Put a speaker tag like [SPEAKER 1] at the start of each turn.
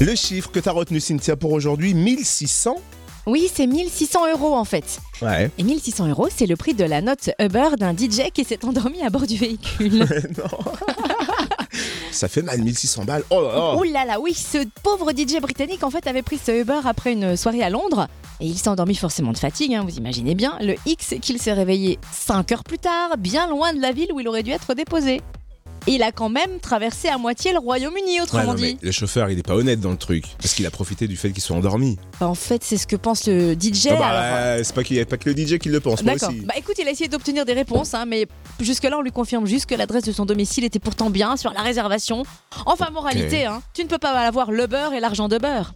[SPEAKER 1] Le chiffre que t'as retenu, Cynthia, pour aujourd'hui, 1600
[SPEAKER 2] Oui, c'est 1600 euros en fait.
[SPEAKER 1] Ouais.
[SPEAKER 2] Et 1600 euros, c'est le prix de la note Uber d'un DJ qui s'est endormi à bord du véhicule.
[SPEAKER 1] non. Ça fait mal, 1600 balles. Oh là là.
[SPEAKER 2] Ouh là là, oui, ce pauvre DJ britannique en fait avait pris ce Uber après une soirée à Londres et il s'est endormi forcément de fatigue, hein, vous imaginez bien. Le X qu'il s'est réveillé 5 heures plus tard, bien loin de la ville où il aurait dû être déposé. Et il a quand même traversé à moitié le Royaume-Uni,
[SPEAKER 1] Ouais,
[SPEAKER 2] autrement
[SPEAKER 1] non, mais
[SPEAKER 2] dit.
[SPEAKER 1] le chauffeur, il est pas honnête dans le truc. Parce qu'il a profité du fait qu'il soit endormi.
[SPEAKER 2] Bah, en fait, c'est ce que pense le DJ.
[SPEAKER 1] Ah bah,
[SPEAKER 2] alors.
[SPEAKER 1] ouais, c'est pas qu'il y a pas que le DJ qui le pense, moi
[SPEAKER 2] D'accord.
[SPEAKER 1] aussi.
[SPEAKER 2] Bah écoute, il a essayé d'obtenir des réponses, hein, mais jusque-là, on lui confirme juste que l'adresse de son domicile était pourtant bien sur la réservation. Enfin, moralité, hein, tu ne peux pas avoir le beurre et l'argent de beurre.